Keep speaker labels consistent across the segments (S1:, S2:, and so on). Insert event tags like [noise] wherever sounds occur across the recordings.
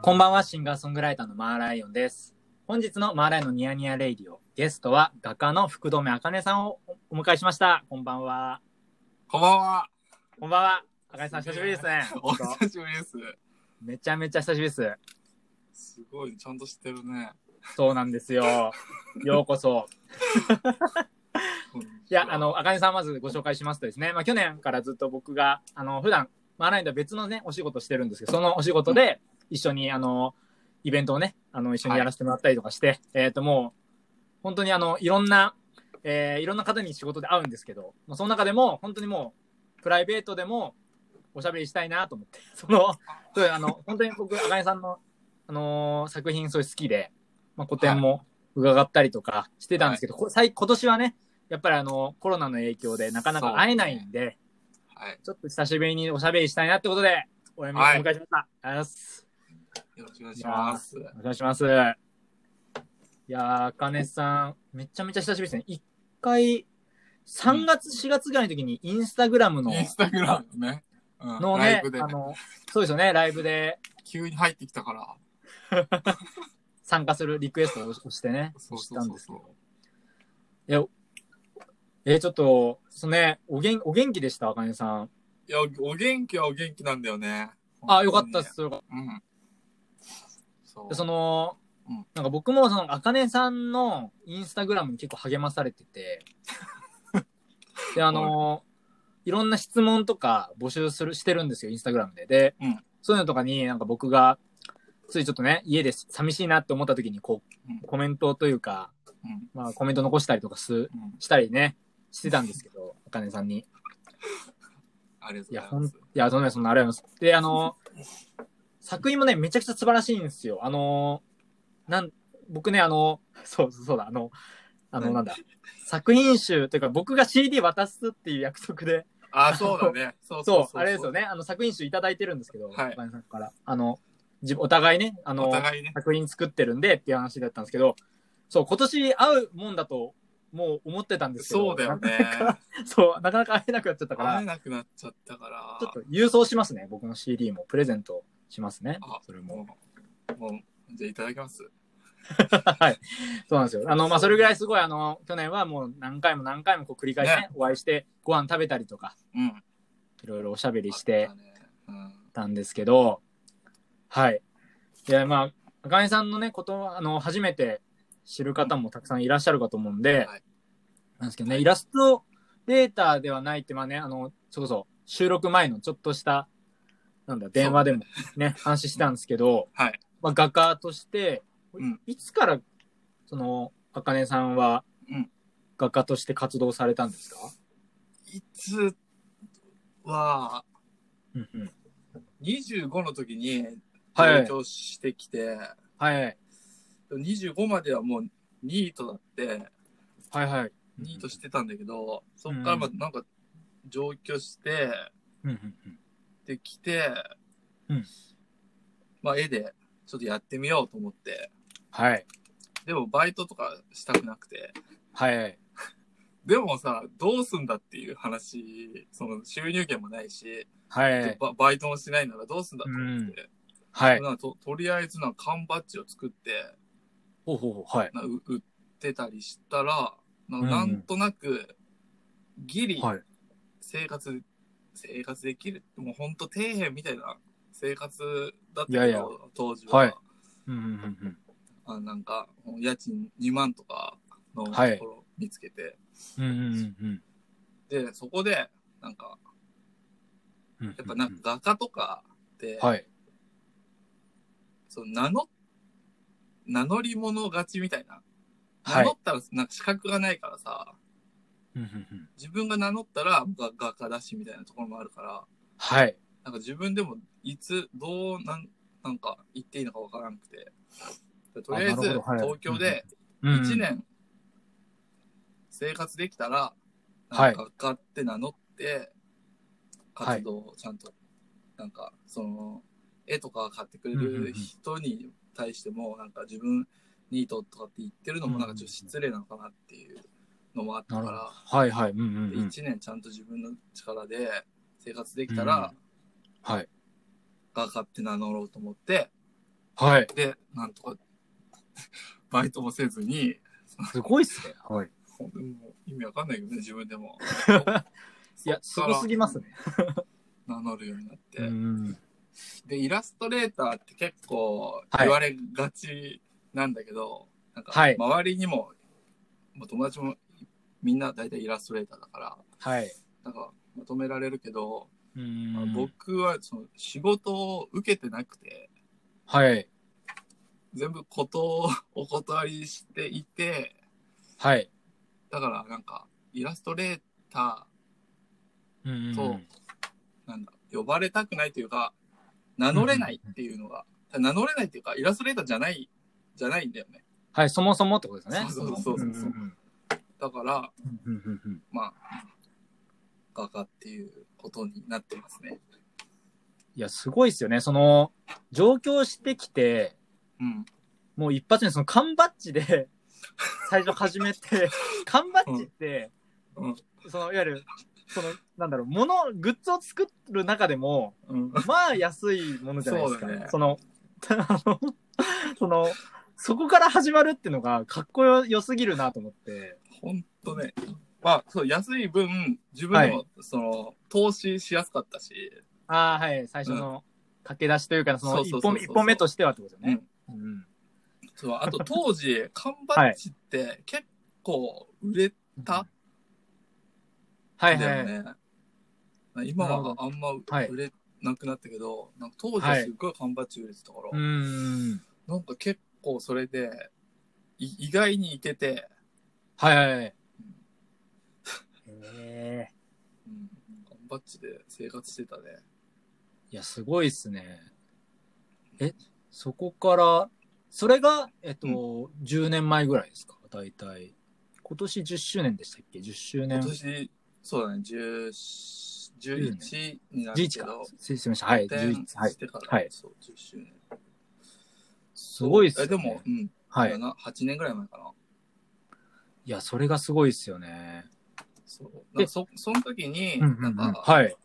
S1: こんばんは、シンガーソングライターのマーライオンです。本日のマーライオンのニヤニヤレイディオ、ゲストは画家の福留茜さんをおお迎えしました。こんばんは。
S2: こんばんは。
S1: こんばんは。茜さん、久しぶりですね。
S2: お
S1: 本当
S2: 久しぶりです。
S1: めちゃめちゃ久しぶりです。
S2: すごい、ちゃんと知ってるね。
S1: そうなんですよ。ようこそ。いや、あの、あかねさんまずご紹介しますとですね、まあ去年からずっと僕が、あの、普段、まあ、ラインでは別のね、お仕事してるんですけど、そのお仕事で一緒に、あの、イベントをね、あの、一緒にやらせてもらったりとかして、えっ、と、もう、本当にあの、いろんな、えーいろんな方に仕事で会うんですけど、まあ、その中でも、本当にもう、プライベートでも、おしゃべりしたいなと思って、 [laughs] その、そういうあの、本当に僕、あかねさんの、あのー作品、すごい好きで、まあ、個展も伺ったりとかしてたんですけど、こさい今年はね、やっぱりあの、コロナの影響でなかなか会えないんで、
S2: はい。
S1: ちょっと久しぶりにおしゃべりしたいなってことで、おやめお
S2: はい
S1: 迎えしました。ありがとうございます。
S2: よろしくお願いします。
S1: お願いします。いやー、あかねさん、めちゃめちゃ久しぶりですね。一回、3月、4月ぐらいの時にインスタグラムの、
S2: インスタグラムね。うん、
S1: の
S2: ライ
S1: ね
S2: ブ、で
S1: あの、そうですよね、ライブで
S2: 急に入ってきたから。
S1: 参加するリクエストを押してね、
S2: そう
S1: し
S2: そ
S1: た
S2: うんそう
S1: ですけ
S2: そう
S1: ど。。えー、ちょっと、そのね、おげん、お元気でした、あかねさん。
S2: いや、お元気はお元気なんだよね。
S1: あ、よかったっ
S2: っ。
S1: す、よかった
S2: うん。そう。
S1: でその、
S2: うん
S1: なんか僕もその、あかねさんのインスタグラムに結構励まされてて、で、あの、いろんな質問とか募集する、してるんですよ、インスタグラムで。で、
S2: うん
S1: そういうのとかになんか僕が、ついちょっとね、家で寂しいなって思った時に、こ
S2: うん
S1: う、コメントというか、
S2: うん。
S1: まあコメント残したりとかす、
S2: うん。
S1: したりね、してたんですけど、あかねさんに。い
S2: ありがと
S1: や、ほ
S2: うござい
S1: ん、
S2: ま
S1: い
S2: す。
S1: や、とんでもない、そんなあれます。で、あの、作品もね、めちゃくちゃ素晴らしいんですよ。あのー、なん、僕ね、あの、 [laughs] そうそうそうだ、あの、あの、
S2: 何
S1: なんだ、作品集というか、僕が CD 渡すっていう約束で、
S2: あ、そうだね。そうそう
S1: そ
S2: そう
S1: う、あれですよ。ね、あの、作品集いただいてるんですけど、
S2: はい
S1: お金さんから。あの、自お互いね、あ
S2: お
S1: の、
S2: 互いね。
S1: 作品作ってるんでっていう話だったんですけど、そう、今年会うもんだと、もう思ってたんですけど、
S2: そうだよね。
S1: な。そう、なかなか会えなくなっちゃったから
S2: 会え、なくなっちゃったから。
S1: ちょっと郵送しますね。僕の CD もプレゼントしますね
S2: あ。
S1: それも。
S2: もう、もう、じゃあいただきます。
S1: はい。そうなんですよ。あの、まあ、それぐらいすごい、あの、去年はもう何回も何回もこう繰り返しね、
S2: ね
S1: お会いして、ご飯食べたりとか、
S2: うん。
S1: いろいろおしゃべりして
S2: あったね。うん。
S1: たんですけど、はい。で、まあ、赤根さんのね、ことは、あの、初めて知る方もたくさんいらっしゃるかと思うんで、
S2: はい
S1: なんですけどね、イラストレーターではないって、まあね、あの、それこそ収録前のちょっとした、なんだ、電話でもね、話してたんですけど、
S2: はい。
S1: まあ、画家として、
S2: うん
S1: いつから、その、あかねさんは
S2: うん、
S1: 画家として活動されたんですか、
S2: いつは、
S1: うんうん、
S2: 25の時に
S1: はい
S2: 上。京してきて、
S1: はい。
S2: 25まではもうニートだって、
S1: はいはい。
S2: ニートしてたんだけど、そっからまあなんか上京して、
S1: うんうんうん
S2: できて、
S1: うん
S2: まあ絵でちょっとやってみようと思って、
S1: はい。
S2: でもバイトとかしたくなくて、
S1: はい。
S2: でもさ、どうすんだっていう話、その収入源もないし、
S1: はい。
S2: ババイトもしないならどうすんだと思って、
S1: はい。
S2: なんかととりあえずなんか缶バッジを作って、
S1: ほうほうほう。はい。
S2: なう売ってたりしたら、なん
S1: うんうん
S2: かなんとなく、ギリ
S1: はい。
S2: 生活、生活できる。もうほんと底辺みたいな生活だったけど、
S1: いやいや
S2: 当時は。
S1: はいうんうんうん
S2: あなんか、家賃2万とかのとこ
S1: はい
S2: ろ見つけて、
S1: うん。うんうんうん
S2: で、そこで、なんか、
S1: うん。
S2: やっぱなんか画家とかって、
S1: はい。
S2: その名乗、名乗り物勝ちみたいな。
S1: は
S2: 名
S1: い
S2: 乗ったらなんか資格がないからさ、
S1: うんうんうん
S2: 自分が名乗ったらが画家だしみたいなところもあるから、
S1: はい。
S2: なんか自分でもいつ、どうなん、なんか言っていいのかわからなくて。とりあえず、
S1: なるほどはい
S2: 東京で
S1: うんうん
S2: 1。年生活できたら、
S1: は
S2: ないんか画家って名乗って、
S1: はい
S2: 活動をちゃんと、なんか、その、絵とか買ってくれ
S1: うんうんうん
S2: る人に対しても、なんか自分、ニートとかって言ってるのもなんかちょっと失礼なのかなっていうのもあった
S1: な
S2: か
S1: るほ
S2: ら、
S1: ど。はいはい。うんうんうん。
S2: 1年ちゃんと自分の力で生活できたら、
S1: はい。
S2: 画家って名乗ろうと思って、
S1: はい。
S2: で、なんとか、 [laughs] バイトもせずに、
S1: すごいっすね。はい。
S2: ほんでもう意味わかんないけどね、自分でも。
S1: [laughs] いや、すごすぎますね。
S2: 名乗るようになって。
S1: ん。
S2: で、イラストレーターって結構
S1: はい
S2: 言われがちなんだけど、なんか
S1: はい
S2: 周りにも、もう友達もみんな大体イラストレーターだから、
S1: はい。
S2: なんか求められるけど、
S1: うん
S2: まあ僕はその仕事を受けてなくて、
S1: はい。
S2: 全部ことをお断りしていて、
S1: はい。
S2: だからなんかイラストレータ
S1: うん
S2: そうーなんだ、呼ばれたくないというか、名乗れないっていうのが、名乗れないっていうか、イラストレーターじゃない、じゃないんだよね。
S1: はい、そもそもってことですよね。
S2: そうそうそうそうん
S1: ん
S2: だから、
S1: うんうんうんうん
S2: まあ、画家っていうことになってますね。
S1: いや、すごいっすよね。その、上京してきて、
S2: うん。
S1: もう一発目、その缶バッジで、 [laughs] 最初始め
S2: [laughs]
S1: て、缶バッジって、
S2: うん。
S1: その、いわゆる、その、なんだろう、物、グッズを作る中でも、
S2: うん。
S1: まあ安いものじゃないですか。
S2: そうだね
S1: その、 [laughs] あの、その、そこから始まるっていうのが、かっこよよすぎるなと思って。
S2: ほんとね。まあ、そう、安い分、自分でも、その、投資しやすかったし、
S1: ああ、はい、最初の駆け出しというか、その
S2: そう
S1: 一
S2: そうそう
S1: 本
S2: そう
S1: 一本目としてはってことですよね。うん
S2: そう、あと当時、缶バッジって結構売れたん
S1: はい
S2: だ
S1: は
S2: よ
S1: い。
S2: ね。今はあんま
S1: はい
S2: 売れなくなったけど、なんか当時はすっごい缶バッジ売れてたから、
S1: うーん。
S2: なんか結構それで、い意外にいけて、
S1: はいはいはい。ええ
S2: うん、缶バッジで生活してたね。
S1: いや、すごいっすね。え、そこから、それが、えっと、
S2: う
S1: 10年前ぐらいですか、大体。今年10周年でしたっけ ?10 周年
S2: 今。年、そうだね、10 11になるけ
S1: 11か
S2: ど、。
S1: 失礼しました。はい、
S2: 転
S1: 11。はい
S2: し。てから、
S1: はい
S2: そう、10周年。
S1: すごいっす
S2: え
S1: よね。
S2: でも、うん、
S1: はい。
S2: 7 8年ぐらい前かな。
S1: いや、それがすごいっすよね。
S2: そう。なんかそ、その時に、
S1: うんうんう
S2: なんんか、
S1: はい。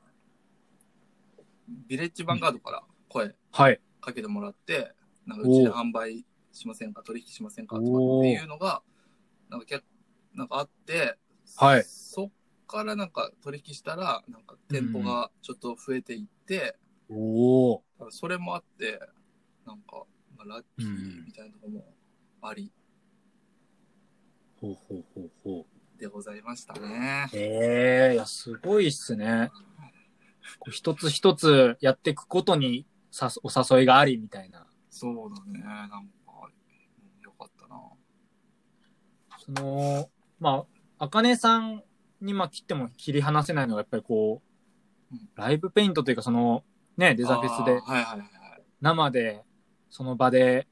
S2: ビレッジヴァンガードから声
S1: はい。
S2: かけてもらって、なんか、
S1: お
S2: う
S1: う
S2: ちで販売しませんか、取引しませんか、とかっていうのが、なんか、けなんかあって、
S1: はい
S2: そっからなんか取引したら、なんか店舗がちょっと増えていって、
S1: おお。
S2: それもあって、なんか、まあ、ラッキーみたいなとこもあり
S1: ほうほうほうほう。
S2: でございましたね。
S1: ええいや、すごいっすね。こう一つ一つやっていくことにさお誘いがありみたいな。
S2: そうだね。なんか、よかったな。
S1: その、まあ、あかねさんにまあ切っても切り離せないのがやっぱりこう
S2: うん、
S1: ライブペイントというかその、ね、デ
S2: デ
S1: ザフェスで
S2: はいはいはいはい。
S1: 生でその場で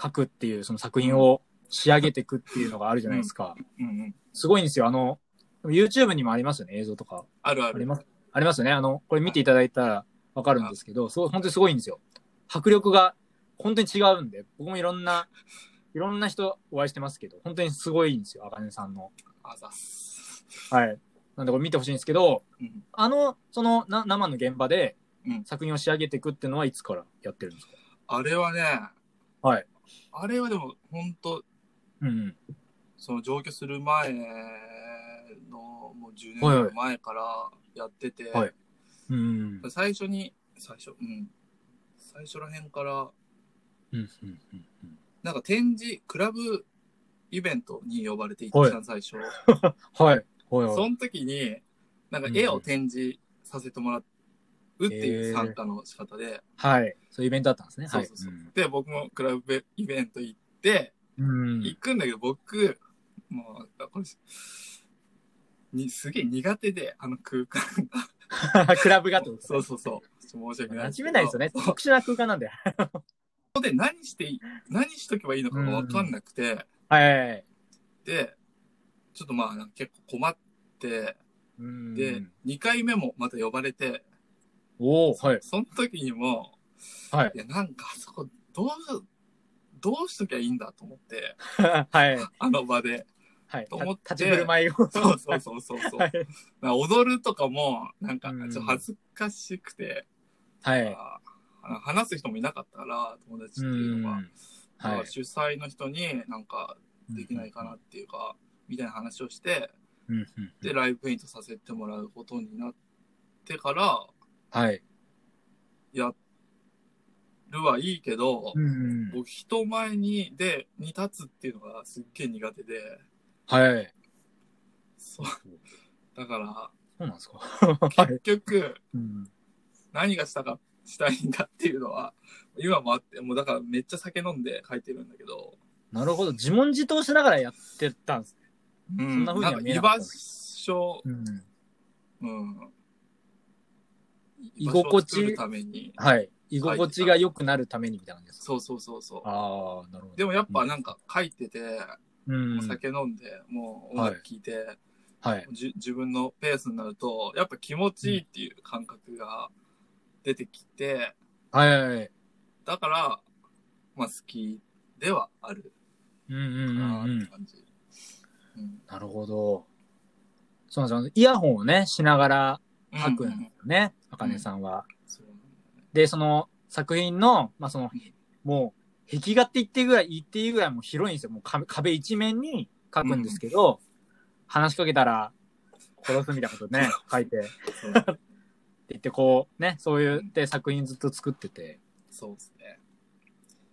S1: 書くっていうその作品を仕上げていくっていうのがあるじゃないですか。
S2: うんうん。
S1: すごいんですよ。あの、YouTube にもありますよね、映像とか。
S2: あるある。
S1: ありますありますよね。あの、これ見ていただいたらわかるんですけど、そう、本当にすごいんですよ。迫力が本当に違うんで、僕もいろんな、いろんな人お会いしてますけど、本当にすごいんですよ、あかねさんの。
S2: あざっす。
S1: はい。なんでこれ見てほしいんですけど、
S2: うん。
S1: あの、その、な生の現場で
S2: うん
S1: 作品を仕上げていくっていうのはいつからやってるんですか、
S2: あれはね、
S1: はい。
S2: あれはでも、ほんと、
S1: うん。
S2: その上京する前の、もう10年ぐ
S1: はい
S2: ら
S1: はい
S2: い前からやってて、
S1: はいうん。
S2: 最初に、最初、うん。最初らへんから、
S1: うん。うん。うん
S2: なんか展示、クラブイベントに呼ばれていっ
S1: はい
S2: た最初。
S1: はい。はい。は
S2: そ
S1: い。
S2: の時に、なんか絵を展示させてもらうっていう参加の仕方で、
S1: はい。そういうイベントだったんですね。
S2: そ
S1: は
S2: う
S1: い。
S2: そうそう。で、僕もクラブイベント行って、
S1: うん。
S2: 行くんだけど、僕、もう、これ、にすげえ苦手で、あの空間が。
S1: [laughs] クラブがってこと
S2: そうそうそう。ちょっと申し訳ない。
S1: 馴染めないですよね。特殊な空間なんで。
S2: ここで何していい、何しとけばいいのかがわかんなくて、
S1: はい。
S2: で、ちょっとまあ、なんか結構困って、
S1: うん
S2: で、2回目もまた呼ばれて、
S1: おおはい。
S2: その時にも、
S1: はい。 [laughs]
S2: いや、なんかあそこ、どう、どうしときゃいいんだと思って、
S1: はい。
S2: あの場
S1: [laughs]
S2: で。
S1: はい。
S2: と思って
S1: た立ち振る舞いを。
S2: そうそうそうそうそ
S1: [laughs]
S2: う。
S1: はい。
S2: なんか踊るとかも、なんか、ちょっと恥ずかしくて、
S1: は
S2: あ
S1: い。
S2: ーあの話す人もいなかったから、友達っていうのが。だから主催の人になんかできないかなっていうか、みたいな話をして、
S1: うんうん
S2: で、ライブペイントさせてもらうことになってから、
S1: はい。
S2: やるはいいけど、
S1: うんうん
S2: 僕人前に、で、に立つっていうのがすっげえ苦手で、
S1: はい。
S2: そう。だか
S1: そうなんですか。
S2: ら、
S1: はい
S2: 結。局、
S1: [laughs] うん
S2: 何がしたか、したいんだっていうのは、今もあって、もうだからめっちゃ酒飲んで書いてるんだけど、
S1: なるほど。自問自答しながらやってたんです。
S2: うん
S1: な風には
S2: んか
S1: 見え
S2: 居
S1: なかっ
S2: 場
S1: た
S2: 所、
S1: うん
S2: うん。
S1: 居心地
S2: 居場所を作るために。
S1: はい。居心地が良くなるためにみたいな感じですか。
S2: そうそうそうそう。
S1: ああ、なるほど。
S2: でもやっぱなんか書いてて、
S1: うん
S2: お。酒飲んで、もう音楽聴いて、
S1: はい。
S2: じゅ自分のペースになると、やっぱ気持ちいいっていう感覚が出てきて、
S1: はいはいはい。
S2: だから、まあ好きではある
S1: うんうん
S2: かなっ
S1: うんう
S2: て
S1: ん。
S2: 感じ。うん
S1: なるほど。そうなんですよ。イヤホンをね、しながら書くんですよね。あかねさんは。
S2: そう
S1: で、その作品の、まあその
S2: うん、
S1: もう、壁画って言っていいぐらい、言っていいぐらいもう広いんですよ。もう壁壁一面に書くんですけど、話しかけたら殺すみたいなことね、書いて。って
S2: そう
S1: 言ってこう、ね、そういうで作品ずっと作ってて。
S2: そうですね。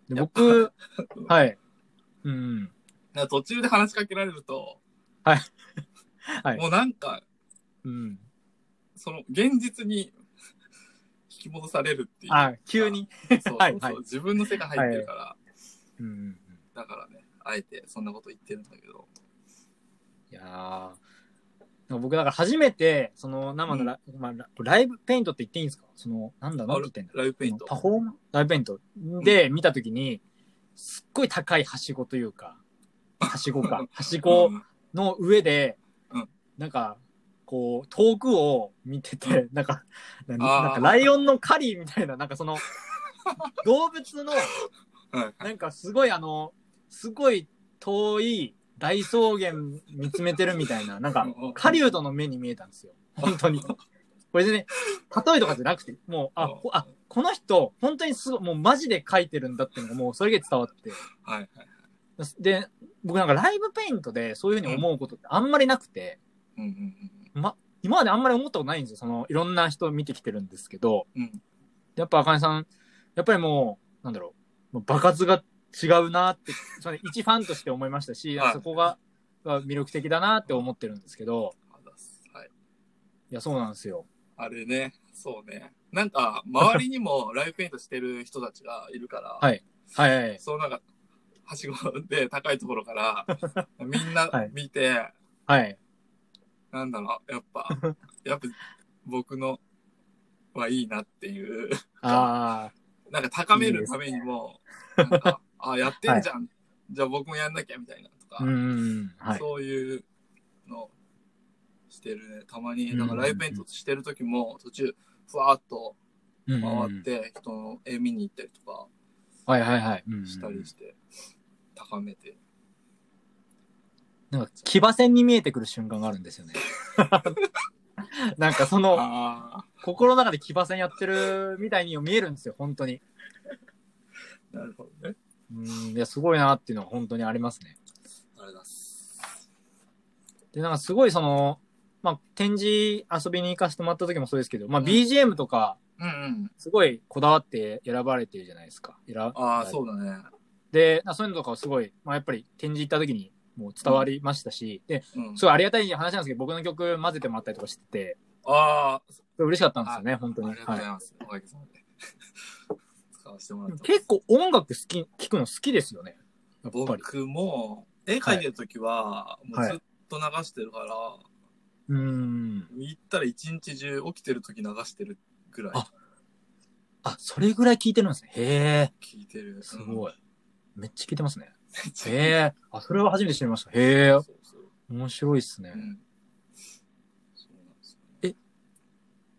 S1: で
S2: やっ
S1: 僕、
S2: うん
S1: [laughs] はい。うん。
S2: なんか途中で話しかけられると、
S1: はいはい
S2: もうなんか、
S1: うん。
S2: その現実に引き戻されるっていう。
S1: あ、急に。
S2: そうそうそう、
S1: はいはい
S2: 自分の世界入ってるから、
S1: うんうんうん。
S2: だからね、あえてそんなこと言ってるんだけど。
S1: いやーなんか僕だから初めて、その生のラ,、まあ、ラライブペイントって言っていいんですかその、なんだ、なんて言ってんだ
S2: ライブペイント。
S1: パフォーマンライブペイントで見たときに、すっごい高いはしごというか、はしご
S2: [laughs]
S1: か、はしご
S2: うん
S1: の上で、
S2: うん
S1: なんか、こう、遠くを見てて、なんか、な
S2: あー
S1: なんかライオンの狩りみたいな、なんかそ [laughs] の、動物の、
S2: はい
S1: なんかすごいあの、すごい遠い大草原見つめてるみたいな、なんか、狩人の目に見えたんですよ。本当に。これでね、例えとかじゃなくて、もう、あ、こあこの人、本当にすごい、もうマジで描いてるんだっていうのがもうそれが伝わって。
S2: はいはい。
S1: で、僕なんかライブペイントでそういうふうに思うことってあんまりなくて、
S2: うんうん
S1: 今まであんまり思ったことないんですよ。その、いろんな人見てきてるんですけど、
S2: うん。うん。
S1: やっぱ赤根さん、やっぱりもう、なんだろう、もう爆発が違うなって、それ一ファンとして思いましたし、
S2: はい
S1: そこがが魅力的だなって思ってるんですけど、
S2: あざっすはい。
S1: いや、そうなんですよ。
S2: あれね、そうね。なんか、周りにもライブペイントしてる人たちがいるから、
S1: はいはいはい。
S2: そうなんか、はしごで高いところから、
S1: [laughs]
S2: みんな
S1: はい
S2: 見て、
S1: はい。
S2: なんだろう、やっぱ、やっぱ僕のはいいなっていう、
S1: ああ、
S2: なんか高めるためにも、なんか、
S1: [laughs]
S2: あ、やってんじゃん、じゃあ僕もやんなきゃみたいなとか、
S1: うん。はい。
S2: そういうのしてるね。たま
S1: う
S2: に、
S1: ん
S2: なんかライブイベントしてる時も、途中、ふわーっと
S1: 回
S2: 回っ。て、人の絵見に行ったりとか
S1: はいはいはい。
S2: したりして、高めて。
S1: なんか、騎馬戦に見えてくる瞬間があるんです
S2: [laughs]
S1: よね。なんかその、
S2: あ
S1: 心の中で騎馬戦やってるみたいに見えるんですよ、本当に。
S2: あ、なるほどね。
S1: うん、いや、すごいなっていうのは本当にありますね。
S2: あれだっす。
S1: で、なんかすごいその、まあ、展示遊びに行かせてもらった時もそうですけど、まあ、
S2: うん
S1: BGM とか、
S2: うんうん。
S1: すごいこだわって選ばれてるじゃないですか。選
S2: ああ、
S1: う。
S2: そうだね。
S1: で、なそういうのとかをすごい、まあ、やっぱり展示行った時にもう伝わりましたし、で、
S2: うん
S1: す。ごいありがたい話なんですけど、僕の曲混ぜてもらったりとかしてて、
S2: ああ、
S1: それ嬉しかったんですよね、本当に。
S2: ありがとうござい
S1: は
S2: ます。おかげさまで。 [laughs] 使わせても
S1: い
S2: らってます
S1: 結構音楽好き、聞くの好きですよね。やっぱり。
S2: 僕も、絵描いてる時は、もうずっと流してるから、
S1: うーん。
S2: 行ったら一日中起きてる時流してるぐらい
S1: ああ、それぐらい聞いてるんですね。へえ、
S2: 聞いてる。
S1: すご
S2: い。 [laughs]
S1: い。めっちゃ聞いてますね。
S2: え。
S1: へえ、あ、それは初めて知りました。へえ
S2: そう、そう。
S1: 面白いっすね
S2: う。ん。そうなんですよね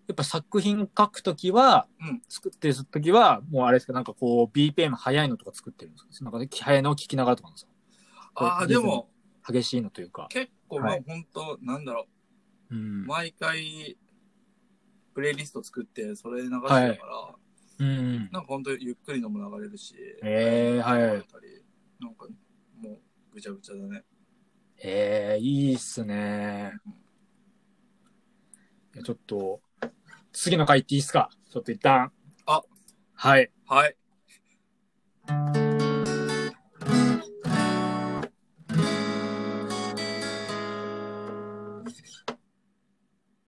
S1: やっぱ作品書くときは、
S2: うん
S1: 作ってるときは、もうあれですか、なんかこう、BPM 早いのとか作ってるんですかなんか、ね、早いのを聞きながらとかなんですか
S2: ああ、でも、
S1: 激しいのというか。
S2: 結構、ま
S1: は
S2: あ
S1: い
S2: 本当なんだろ
S1: うん
S2: う、。毎回、プレイリスト作って、それ流してるから、
S1: うん。
S2: なんか本当にゆっくりのも流れるし、
S1: えーはい
S2: 流れたりなんかもうぐちゃぐちゃだね。
S1: ええいいっすね。いやちょっと、次の回行っていいっすかちょっと一旦。
S2: あ
S1: はい。
S2: はい。